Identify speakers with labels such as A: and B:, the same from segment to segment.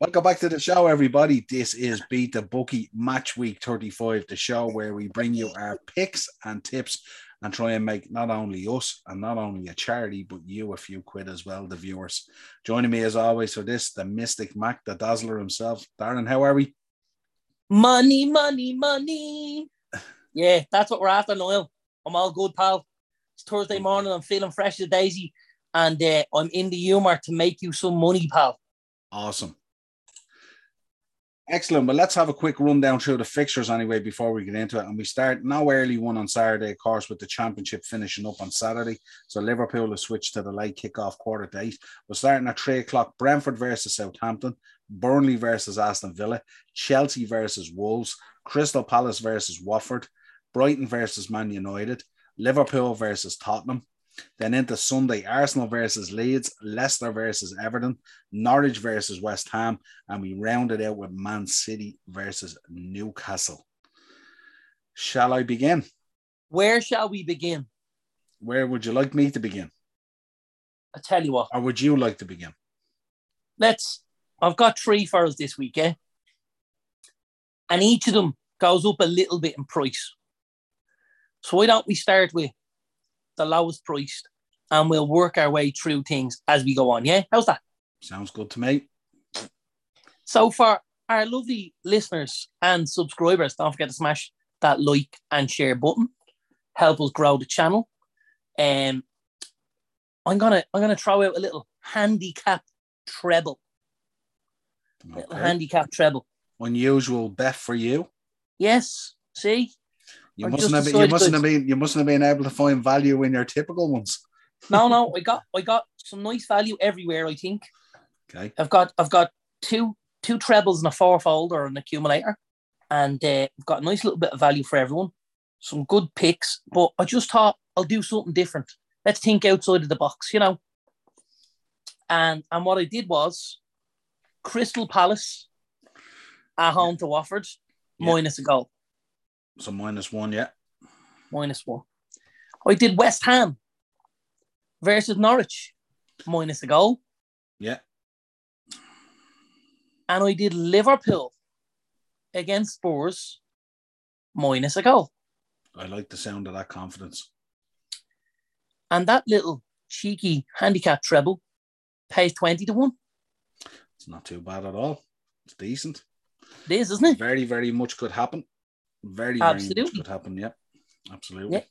A: Welcome back to the show, everybody. This is Beat the Bookie Match Week 35, the show where we bring you our picks and tips and try and make not only us and not only a charity, but you a few quid as well, the viewers. Joining me as always for this, the Mystic Mac, the Dazzler himself. Darren, how are we?
B: Money, money, money. Yeah, that's what we're after, Noel. I'm all good, pal. It's Thursday morning. I'm feeling fresh as a daisy, and uh, I'm in the humor to make you some money, pal.
A: Awesome. Excellent. Well, let's have a quick rundown through the fixtures anyway before we get into it. And we start now early one on Saturday, of course, with the championship finishing up on Saturday. So Liverpool has switched to the late kickoff quarter to eight. We're starting at three o'clock. Brentford versus Southampton, Burnley versus Aston Villa, Chelsea versus Wolves, Crystal Palace versus Watford, Brighton versus Man United, Liverpool versus Tottenham. Then into Sunday, Arsenal versus Leeds, Leicester versus Everton, Norwich versus West Ham, and we rounded out with Man City versus Newcastle. Shall I begin?
B: Where shall we begin?
A: Where would you like me to begin?
B: I tell you what,
A: Or would you like to begin?
B: let's. I've got three for us this week, eh? And each of them goes up a little bit in price. So why don't we start with the lowest priced, and we'll work our way through things as we go on. Yeah, how's that?
A: Sounds good to me.
B: So for our lovely listeners and subscribers, don't forget to smash that like and share button. Help us grow the channel. Um, I'm gonna I'm gonna throw out a little handicap treble, little
A: Okay.
B: handicap treble.
A: Unusual bet for you.
B: Yes, see,
A: You
B: Or
A: mustn't
B: just
A: have
B: the
A: been, you
B: side
A: mustn't have
B: goods.
A: been you mustn't have been able to find value in your typical ones.
B: no, no, I got I got some nice value everywhere. I think
A: Okay.
B: I've got I've got two two trebles and a fourfold or an accumulator, and uh, I've got a nice little bit of value for everyone. Some good picks, but I just thought I'll do something different. Let's think outside of the box, you know. And and what I did was Crystal Palace at home to Watford,
A: Yeah.
B: minus a goal,
A: So minus one, yeah.
B: minus one. I did West Ham versus Norwich, minus a goal.
A: Yeah.
B: and I did Liverpool against Spurs minus a goal.
A: I like the sound of that confidence.
B: And that little cheeky handicap treble pays 20 to 1.
A: It's not too bad at all. It's decent.
B: It is, isn't it?
A: Very, very much could happen. Very, very much
B: Absolutely.
A: could happen. Yep. Absolutely.
B: Yep.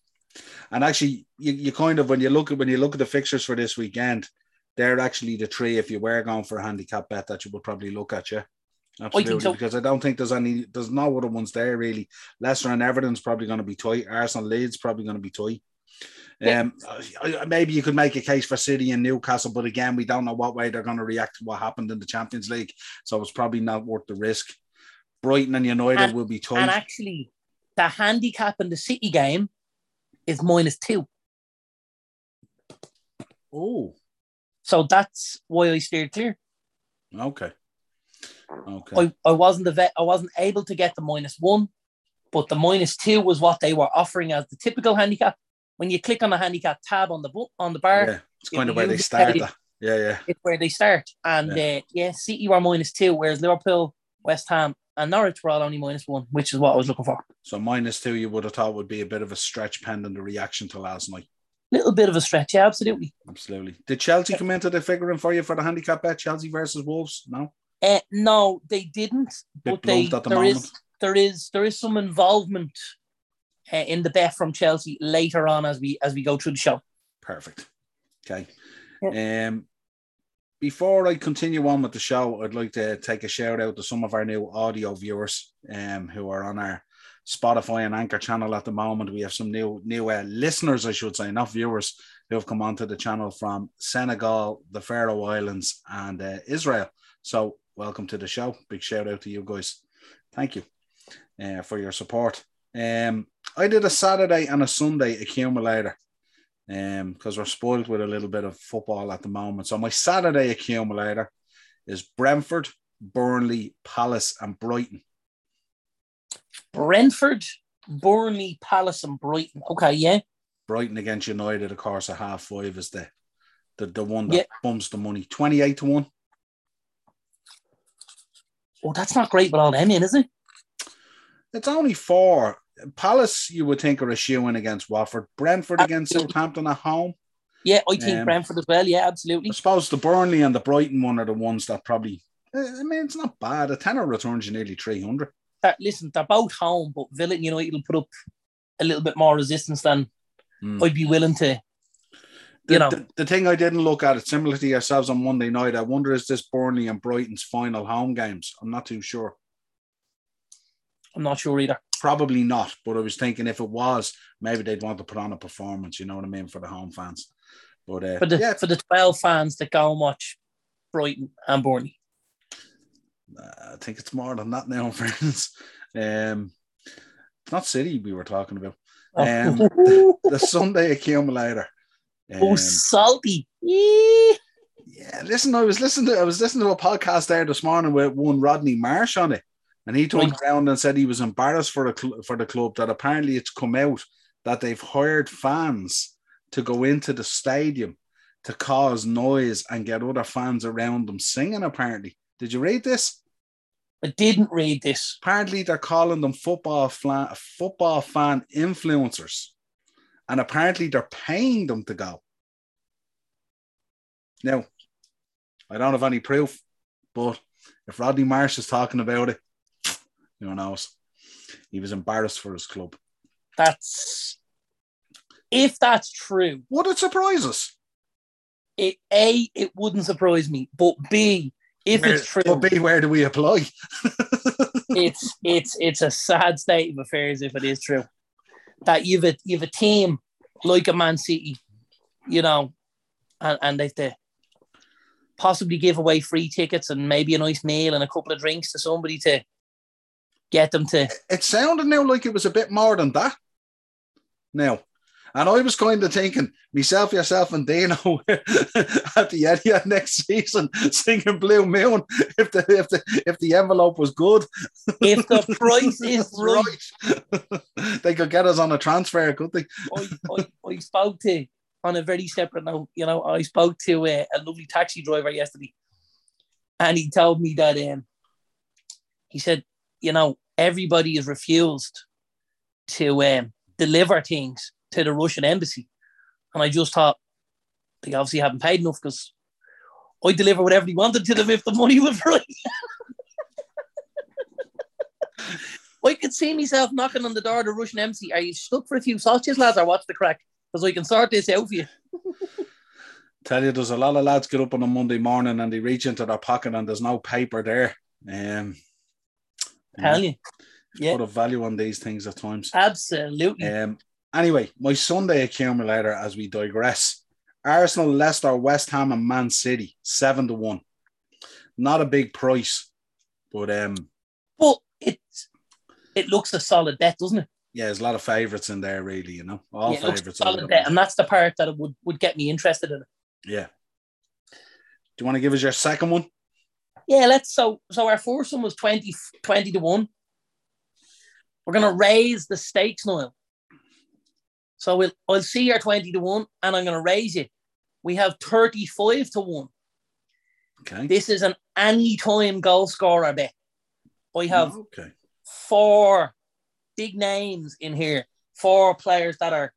A: And actually, you, you kind of when you look at when you look at the fixtures for this weekend, they're actually the three if you were going for a handicap bet that you would probably look at, yeah. Absolutely,
B: so.
A: because I don't think there's any there's no other ones there really. Leicester and Everton's probably going to be tight. Arsenal Leeds probably going to be tight.
B: Yeah.
A: Um, I- I- maybe you could make a case for City and Newcastle, but again, we don't know what way they're going to react to what happened in the Champions League, so it's probably not worth the risk. Brighton and United
B: And-
A: will be tight.
B: And actually, the handicap in the City game is minus two.
A: oh,
B: So that's why I steered clear.
A: okay, okay.
B: I, I wasn't the vet, I wasn't able to get the minus one, but the minus two was what they were offering as the typical handicap. When you click on the handicap tab on the bu- on the bar,
A: yeah, it's kind of
B: if
A: where
B: you
A: they
B: decide-
A: start. that. Yeah, yeah.
B: it's where they start. And yeah, uh, yeah City were minus two, whereas Liverpool, West Ham, and Norwich were all only minus one, which is what I was looking for.
A: So minus two, you would have thought would be a bit of a stretch pending the reaction to last night.
B: Little bit of a stretch, yeah, absolutely.
A: Absolutely. Did Chelsea come into the figuring for you for the handicap bet? Chelsea versus Wolves? No.
B: Uh, no, they didn't,
A: Bit
B: but they
A: blunt at the
B: there
A: moment.
B: is- there is there is some involvement uh, in the bet from Chelsea later on as we as we go through the show.
A: Perfect. Okay. Um, before I continue on with the show, I'd like to take a shout out to some of our new audio viewers um, who are on our Spotify and Anchor channel at the moment. We have some new new uh, listeners, I should say, not viewers, who have come onto the channel from Senegal, the Faroe Islands, and uh, Israel. So, welcome to the show. Big shout out to you guys. Thank you uh, for your support. Um, I did a Saturday and a Sunday accumulator um, because we're spoiled with a little bit of football at the moment. So my Saturday accumulator is Brentford, Burnley, Palace, and Brighton.
B: Brentford, Burnley, Palace, and Brighton. Okay, yeah,
A: Brighton against United, of course, at half five is the the, the one that
B: Yeah.
A: bumps the money. 28 to 1.
B: oh, that's not great with all them in, is it?
A: It's only four. Palace, you would think, are a shoe in against Watford. Brentford against
B: Absolutely.
A: Southampton at home.
B: Yeah, I think
A: Um,
B: Brentford as well. Yeah, absolutely.
A: I suppose the Burnley and the Brighton one are the ones that probably. eh, I mean, it's not bad. A tenner returns you nearly three hundred.
B: That, listen, they're both home, but Village United will put up a little bit more resistance than
A: Mm.
B: I'd be willing to.
A: The,
B: you know.
A: the, the thing I didn't look at it similar to yourselves on Monday night. I wonder is this Burnley and Brighton's final home games? I'm not too sure.
B: I'm not sure either.
A: Probably not. But I was thinking if it was, maybe they'd want to put on a performance. You know what I mean for the home fans. But, uh,
B: For the
A: yeah,
B: for the twelve fans that go and watch Brighton and Burnley.
A: uh, I think it's more than that now, friends. Um, it's not City we were talking about. Um,
B: oh,
A: The Sunday accumulator.
B: oh,
A: Um,
B: salty. Eee.
A: Yeah, listen, I was listening to I was listening to a podcast there this morning with one Rodney Marsh on it, and he turned around and said he was embarrassed for the cl- for the club that apparently it's come out that they've hired fans to go into the stadium to cause noise and get other fans around them singing. Apparently, did you read this?
B: I didn't read this.
A: Apparently, they're calling them football flan- football fan influencers, and apparently they're paying them to go. Now, I don't have any proof, but if Rodney Marsh is talking about it, who knows? He was embarrassed for his club.
B: That's if that's true.
A: Would it surprise us?
B: It a it wouldn't surprise me, but b if it's
A: Where-
B: true,
A: But B, where do we apply?
B: it's it's it's a sad state of affairs if it is true that you've a you've a team like a Man City, you know, and and they they possibly give away free tickets and maybe a nice meal and a couple of drinks to somebody to get them to.
A: it sounded now like it was a bit more than that. Now, and I was kind of thinking myself, yourself, and Dino at the end of next season singing Blue Moon if the if the if the envelope was good.
B: If the price is right,
A: right. they could get us on a transfer, could they?
B: I, I, I spoke to on a very separate note. You know, I spoke to a, a lovely taxi driver yesterday, and he told me that um, he said, you know, everybody is refused to um, deliver things to the Russian embassy, and I just thought they obviously haven't paid enough because. I deliver whatever he wanted to them if the money was right. I could see myself knocking on the door of the Russian embassy. Are you stuck for a few sausages, lads, or what's the crack? Because I can sort this out for you.
A: Tell you, there's a lot of lads get up on a Monday morning and they reach into their pocket and there's no paper there. Um, Mm.
B: Tell you. Yeah.
A: Put a value on these things at times.
B: Absolutely.
A: Um, anyway, my Sunday accumulator as we digress. Arsenal, Leicester, West Ham, and Man City, seven to one. Not a big price, but um,
B: But it it looks a solid bet, doesn't it?
A: yeah, there's a lot of favourites in there, really. You know, all
B: Yeah, it looks a
A: favourites.
B: solid bet. And that's the part that would, would get me interested in it.
A: Yeah. Do you want to give us your second one?
B: Yeah, let's so so our foursome was 20, 20 to 1. We're gonna raise the stakes now. So we'll I'll see your 20 to 1 and I'm gonna raise it. We have 35 to 1.
A: Okay.
B: This is an any time goal scorer bet. I have
A: Okay. Mm-hmm.
B: four big names in here, four players that are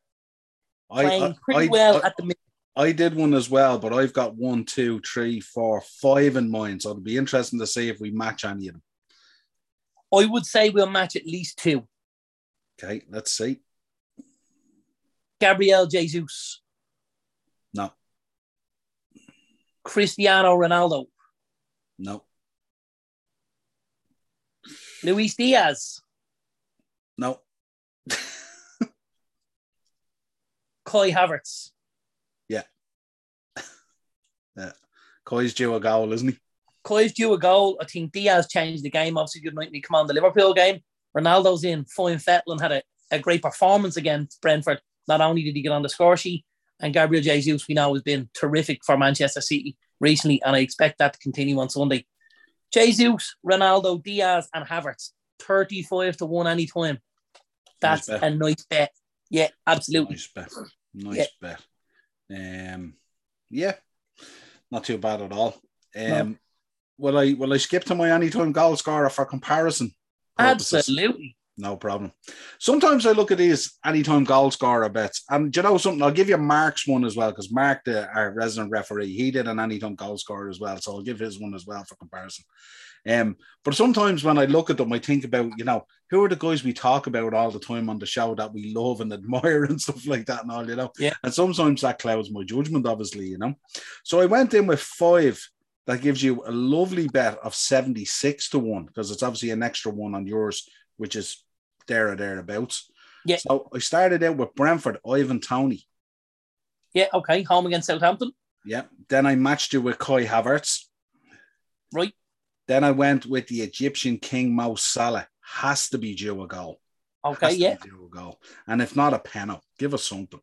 A: I,
B: playing
A: I,
B: pretty
A: I-
B: well
A: I-
B: at the minute.
A: I did one as well, but I've got one, two, three, four, five in mind. So it'll be interesting to see if we match any of them.
B: I would say we'll match at least two.
A: Okay, let's see.
B: Gabriel Jesus,
A: No,
B: Cristiano Ronaldo,
A: no,
B: Luis Diaz,
A: no,
B: Kai Havertz.
A: Coy's due a goal, isn't he?
B: Kai's due a goal. I think Diaz changed the game. Obviously, good night we come on the Liverpool game. Ronaldo's in. Fine Fetlin had a, a great performance against Brentford. Not only did he get on the score sheet, and Gabriel Jesus, we know, has been terrific for Manchester City recently, and I expect that to continue on Sunday. Jesus, Ronaldo, Diaz, and Havertz, 35 to 1 any time. That's
A: Nice bet.
B: a nice bet. Yeah, absolutely.
A: Nice bet. Nice bet. Um, yeah, not too bad at all. Um, will I will I skip to my anytime goal scorer for comparison? purposes?
B: Absolutely.
A: No problem. Sometimes I look at these anytime goal scorer bets, and do you know something? I'll give you Mark's one as well because Mark, the our resident referee, he did an anytime goal scorer as well, so I'll give his one as well for comparison. Um, but sometimes when I look at them, I think about you know who are the guys we talk about all the time on the show that we love and admire and stuff like that, and all you know.
B: Yeah.
A: And sometimes that clouds my judgment, obviously, you know. So I went in with five that gives you a lovely bet of 76 to 1 because it's obviously an extra one on yours, which is there or thereabouts.
B: Yeah.
A: So I started out with Brentford, Ivan Tony.
B: Yeah, okay. Home against Southampton.
A: Yeah. Then I matched you with Kai Havertz.
B: Right.
A: Then I went with the Egyptian King Mo Salah. Has to be due a goal.
B: Okay,
A: Has to
B: yeah.
A: be due a goal. And if not a penalty, give us something.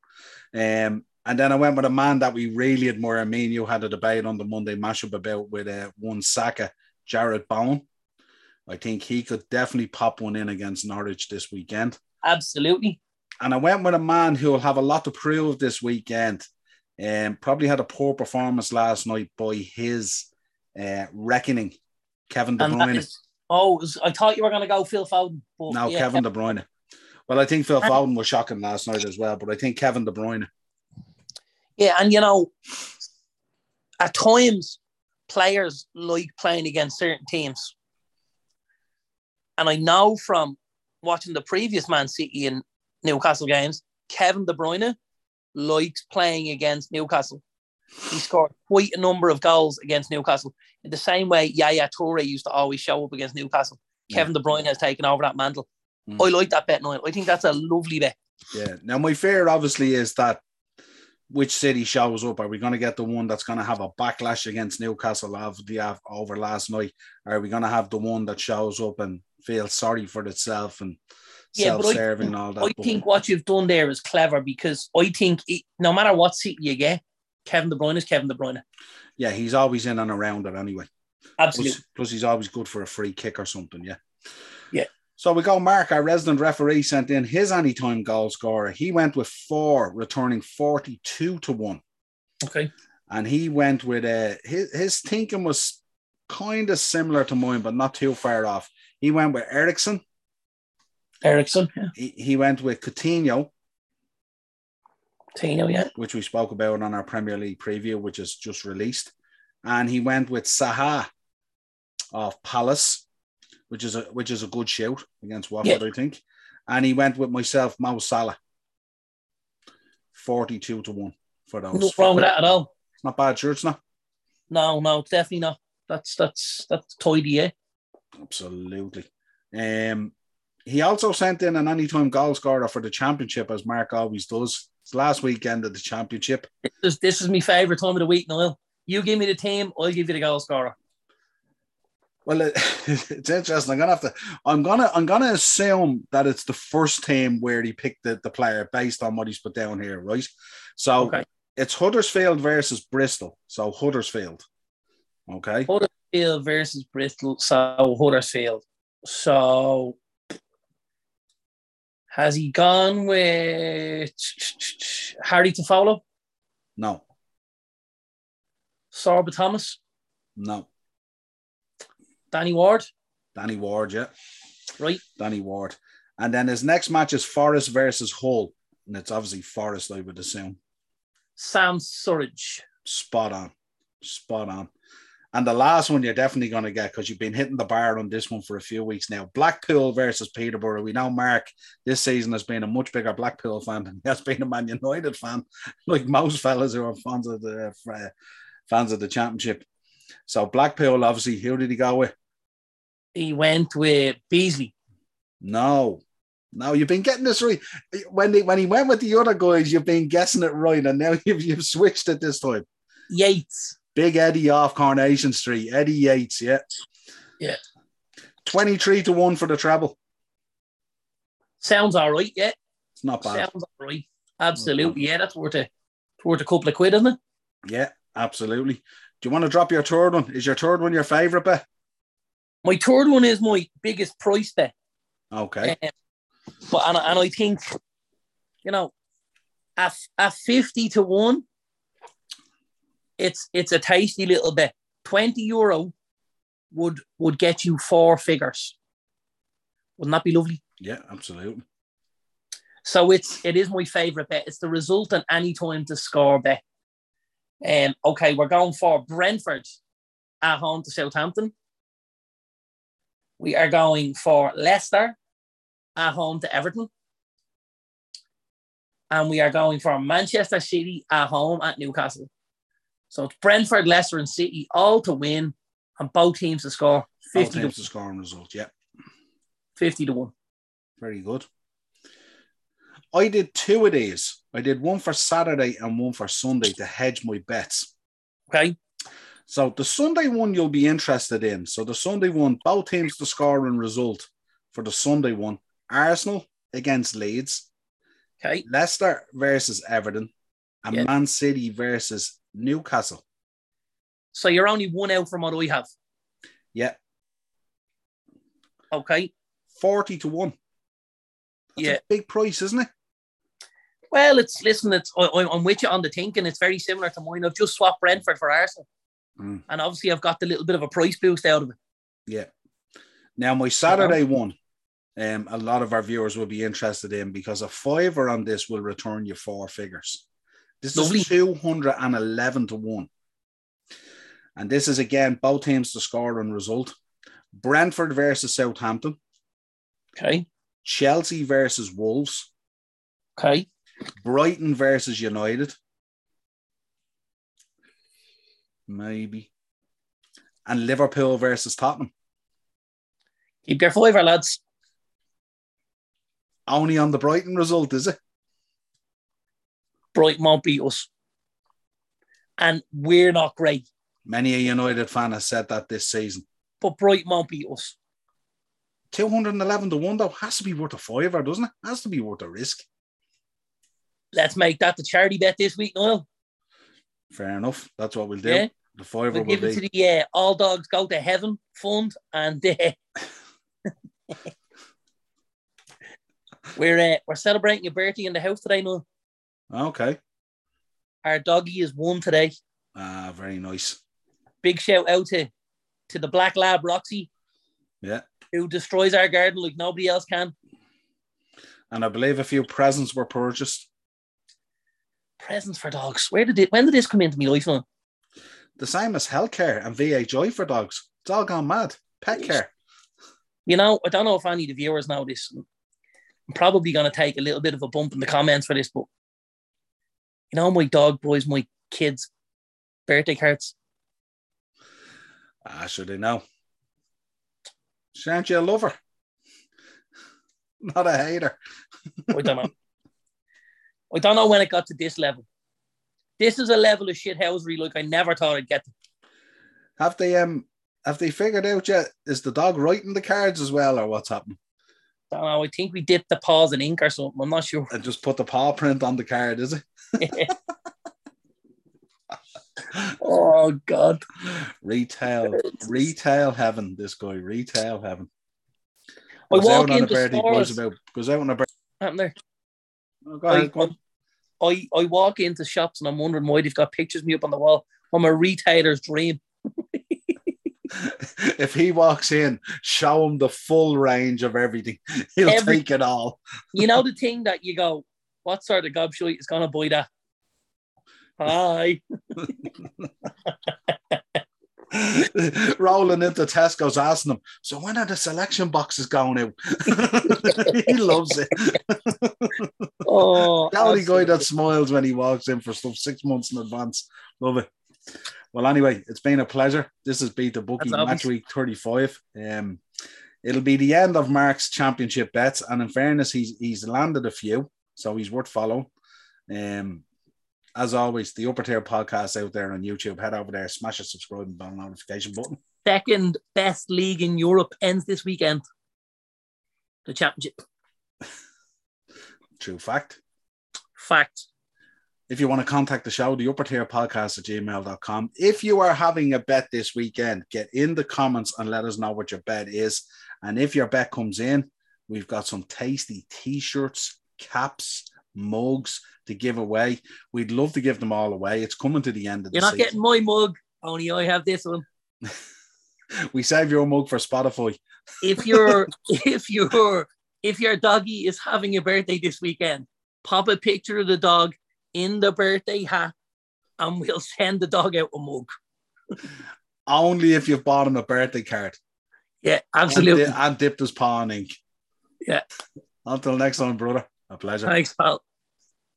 A: Um, and then I went with a man that we really admire. Me and you had a debate on the Monday mashup about with uh, one Saka, Jared Bowen. I think he could definitely pop one in against Norwich this weekend.
B: Absolutely.
A: And I went with a man who will have a lot to prove this weekend. Um, probably had a poor performance last night by his uh, reckoning, Kevin De
B: And that
A: Bruyne.
B: is, oh, it was- I thought you were going to go Phil Foden. But
A: No,
B: yeah,
A: Kevin De Bruyne. Well, I think Phil
B: And-
A: Foden was shocking last night as well, but I think Kevin De Bruyne.
B: Yeah, and you know, at times players like playing against certain teams. And I know from watching the previous Man City and Newcastle games, Kevin De Bruyne likes playing against Newcastle. He scored quite a number of goals against Newcastle. In the same way Yaya Toure used to always show up against Newcastle. Kevin De Bruyne has taken over that mantle.
A: Mm.
B: I like that bet now. I think that's a lovely bet.
A: Yeah. Now, my fear obviously is that which city shows up. Are we going to get the one that's going to have a backlash against Newcastle of the of- over last night? Are we going to have the one that shows up and feels sorry for itself and
B: Yeah, but I-
A: self-serving and all that?
B: I
A: But
B: think what you've done there is clever because I think it, no matter what seat you get, Kevin De Bruyne is Kevin De Bruyne.
A: yeah, he's always in and around it anyway.
B: Absolutely.
A: Plus, plus, he's always good for a free kick or something. Yeah.
B: Yeah.
A: So we go. Mark, our resident referee, sent in his anytime goal scorer. He went with four, returning forty-two to one.
B: Okay.
A: and he went with uh, his his thinking was kind of similar to mine, but not too far off. He went with Ericsson.
B: Ericsson, yeah.
A: He, he went with Coutinho,
B: Tino, yeah.
A: which we spoke about on our Premier League preview, which is just released, and he went with Saha of Palace, which is a which is a good shout against Watford, I think, and he went with myself, Mo Salah, forty-two to one for those.
B: Nothing wrong with that at all.
A: Not bad, sure it's not.
B: No, no, definitely not. That's that's that's tidy, eh? yeah.
A: Absolutely. Um, he also sent in an anytime goal scorer for the championship, as Mark always does. It's last weekend of the championship.
B: This, this is my favourite time of the week, Noel. You give me the team, I'll give you the goal scorer.
A: Well, it, it's interesting. I'm gonna have to. I'm gonna. I'm gonna assume that it's the first team where he picked the, the player based on what he's put down here, right? So
B: Okay.
A: it's Huddersfield versus Bristol. So Huddersfield. Okay.
B: Huddersfield versus Bristol, so Huddersfield. So has he gone with Harry to follow?
A: No.
B: Sorba Thomas?
A: No.
B: Danny Ward.
A: Danny Ward. Yeah.
B: Right.
A: Danny Ward. And then his next match is Forest versus Hull. And it's obviously Forest, I would assume.
B: Sam Surridge.
A: Spot on. Spot on. And the last one you're definitely going to get because you've been hitting the bar on this one for a few weeks now. Blackpool versus Peterborough. We know Mark this season has been a much bigger Blackpool fan than he has been a Man United fan, like most fellas who are fans of the uh, fans of the championship. So Blackpool, obviously, who did he go with?
B: He went with Beasley.
A: No, no, you've been getting this right. When they, when he went with the other guys, you've been guessing it right, and now you've, you've switched it this time.
B: Yates.
A: Big Eddie off Carnation Street, Eddie Yates, yeah,
B: Yeah.
A: twenty three to one for the treble.
B: Sounds all right, yeah.
A: It's not bad.
B: Sounds all right. Absolutely. Yeah, that's worth a it's worth a couple of quid, isn't it?
A: Yeah, absolutely. Do you want to drop your third one? Is your third one your favorite bet?
B: My third one is my biggest price bet.
A: Okay,
B: Um, but and, and I think, you know, at, at 50 to 1, it's it's a tasty little bet. 20 euro would would get you four figures. Wouldn't that be lovely?
A: Yeah, absolutely.
B: So it's it is my favorite bet. It's the result and any time to score bet. Um, okay, we're going for Brentford at home to Southampton. We are going for Leicester at home to Everton. And we are going for Manchester City at home at Newcastle. So it's Brentford, Leicester, and City all to win and both teams to score 50
A: All
B: to,
A: teams to scoring result. Yeah,
B: 50 to 1.
A: very good. I did two of these. I did one for Saturday and one for Sunday to hedge my bets.
B: Okay.
A: So the Sunday one you'll be interested in. So the Sunday one, both teams to score and result for the Sunday one. Arsenal against Leeds,
B: Okay.
A: Leicester versus Everton, and
B: Yeah.
A: Man City versus Newcastle.
B: So you're only one out from what I have.
A: Yeah,
B: Okay.
A: 40 to 1. That's
B: Yeah.
A: a big price, isn't it?
B: Well, it's listen, it's I, I- I'm with you on the thinking. It's very similar to mine. I've just swapped Brentford for Arsenal.
A: Mm.
B: And obviously I've got the little bit of a price boost out of it.
A: Yeah. Now my Saturday one, um, a lot of our viewers will be interested in because a fiver on this will return you four figures. This
B: Lovely.
A: is two hundred and eleven to one, and this is again both teams to score and result. Brentford versus Southampton,
B: Okay.
A: Chelsea versus Wolves,
B: Okay.
A: Brighton versus United, maybe, and Liverpool versus Tottenham.
B: Keep your fiver, lads.
A: Only on the Brighton result, is it?
B: Brighton won't beat us. And we're not great,
A: Many a United fan has said that this season.
B: but Brighton won't beat us.
A: 211 to 1 though has to be worth a fiver, doesn't it? Has to be worth a risk.
B: Let's make that the charity bet this week, Noel.
A: Fair enough. That's what we'll do.
B: Yeah.
A: The fiver
B: We'll
A: will
B: give it
A: be.
B: to the uh, All Dogs Go to Heaven Fund, and uh, we're uh, we're celebrating a birthday in the house today. Noel,
A: okay.
B: our doggy is one today.
A: Ah, very nice.
B: Big shout out to to the Black Lab Roxy,
A: Yeah.
B: who destroys our garden like nobody else can.
A: And I believe a few presents were purchased.
B: Presents for dogs. Where did it? When did this come into my life, Noel?
A: The same as healthcare and VHI for dogs. It's all gone mad. Pet care.
B: you know, I don't know if any of the viewers know this. I'm probably going to take a little bit of a bump in the comments for this, but you know, my dog boys, my kids' birthday cards.
A: Ah, should they know? Shan't you a lover? Not a hater.
B: I don't know. I don't know when it got to this level. This is a level of shithousery like I never thought I'd get to.
A: Have they um have they figured out yet? Is the dog writing the cards as well, or what's happened?
B: I don't know. I think we dipped the paws in ink or something. I'm not sure.
A: and just put the paw print on the card, is it?
B: Oh, God.
A: Retail, retail heaven. This guy, retail heaven.
B: I
A: Goes
B: walk
A: out on a
B: into
A: bird he blows
B: stores.
A: about. Goes out on a bird.
B: Happened there.
A: Oh, go ahead,
B: I-
A: go on.
B: I, I walk into shops and I'm wondering why they've got pictures of me up on the wall. I'm a retailer's dream.
A: if he walks in, show him the full range of everything. He'll
B: Every-
A: take it all.
B: you know the thing that you go, what sort of gobshite is gonna buy that? Hi.
A: Rolling into Tesco's asking him, so when are the selection boxes going out? he loves it.
B: Oh,
A: The only guy
B: absolutely.
A: that smiles when he walks in for stuff six months in advance. Love it. Well, anyway, it's been a pleasure. This has been the bookie
B: That's obvious.
A: match week 35. Um, it'll be the end of Mark's championship bets, and in fairness, he's he's landed a few, so he's worth following. Um, as always, the upper tier podcast out there on YouTube. Head over there, smash the subscribe and bell notification button.
B: second best league in Europe ends this weekend. The championship.
A: True fact.
B: Fact.
A: If you want to contact the show, the upper tier podcast at gmail.com. If you are having a bet this weekend, get in the comments and let us know what your bet is. And if your bet comes in, we've got some tasty t shirts, caps, mugs to give away. We'd love to give them all away. It's coming to the end of the
B: You're not
A: season.
B: getting my mug, only I have this one.
A: we save your mug for Spotify.
B: if your if your if your doggy is having a birthday this weekend, pop a picture of the dog in the birthday hat, and we'll send the dog out a mug.
A: Only if you've bought him a birthday card.
B: Yeah,
A: uh,
B: absolutely.
A: And, di- and dipped his paw in ink.
B: Yeah.
A: Until next time, brother. A pleasure.
B: Thanks, pal.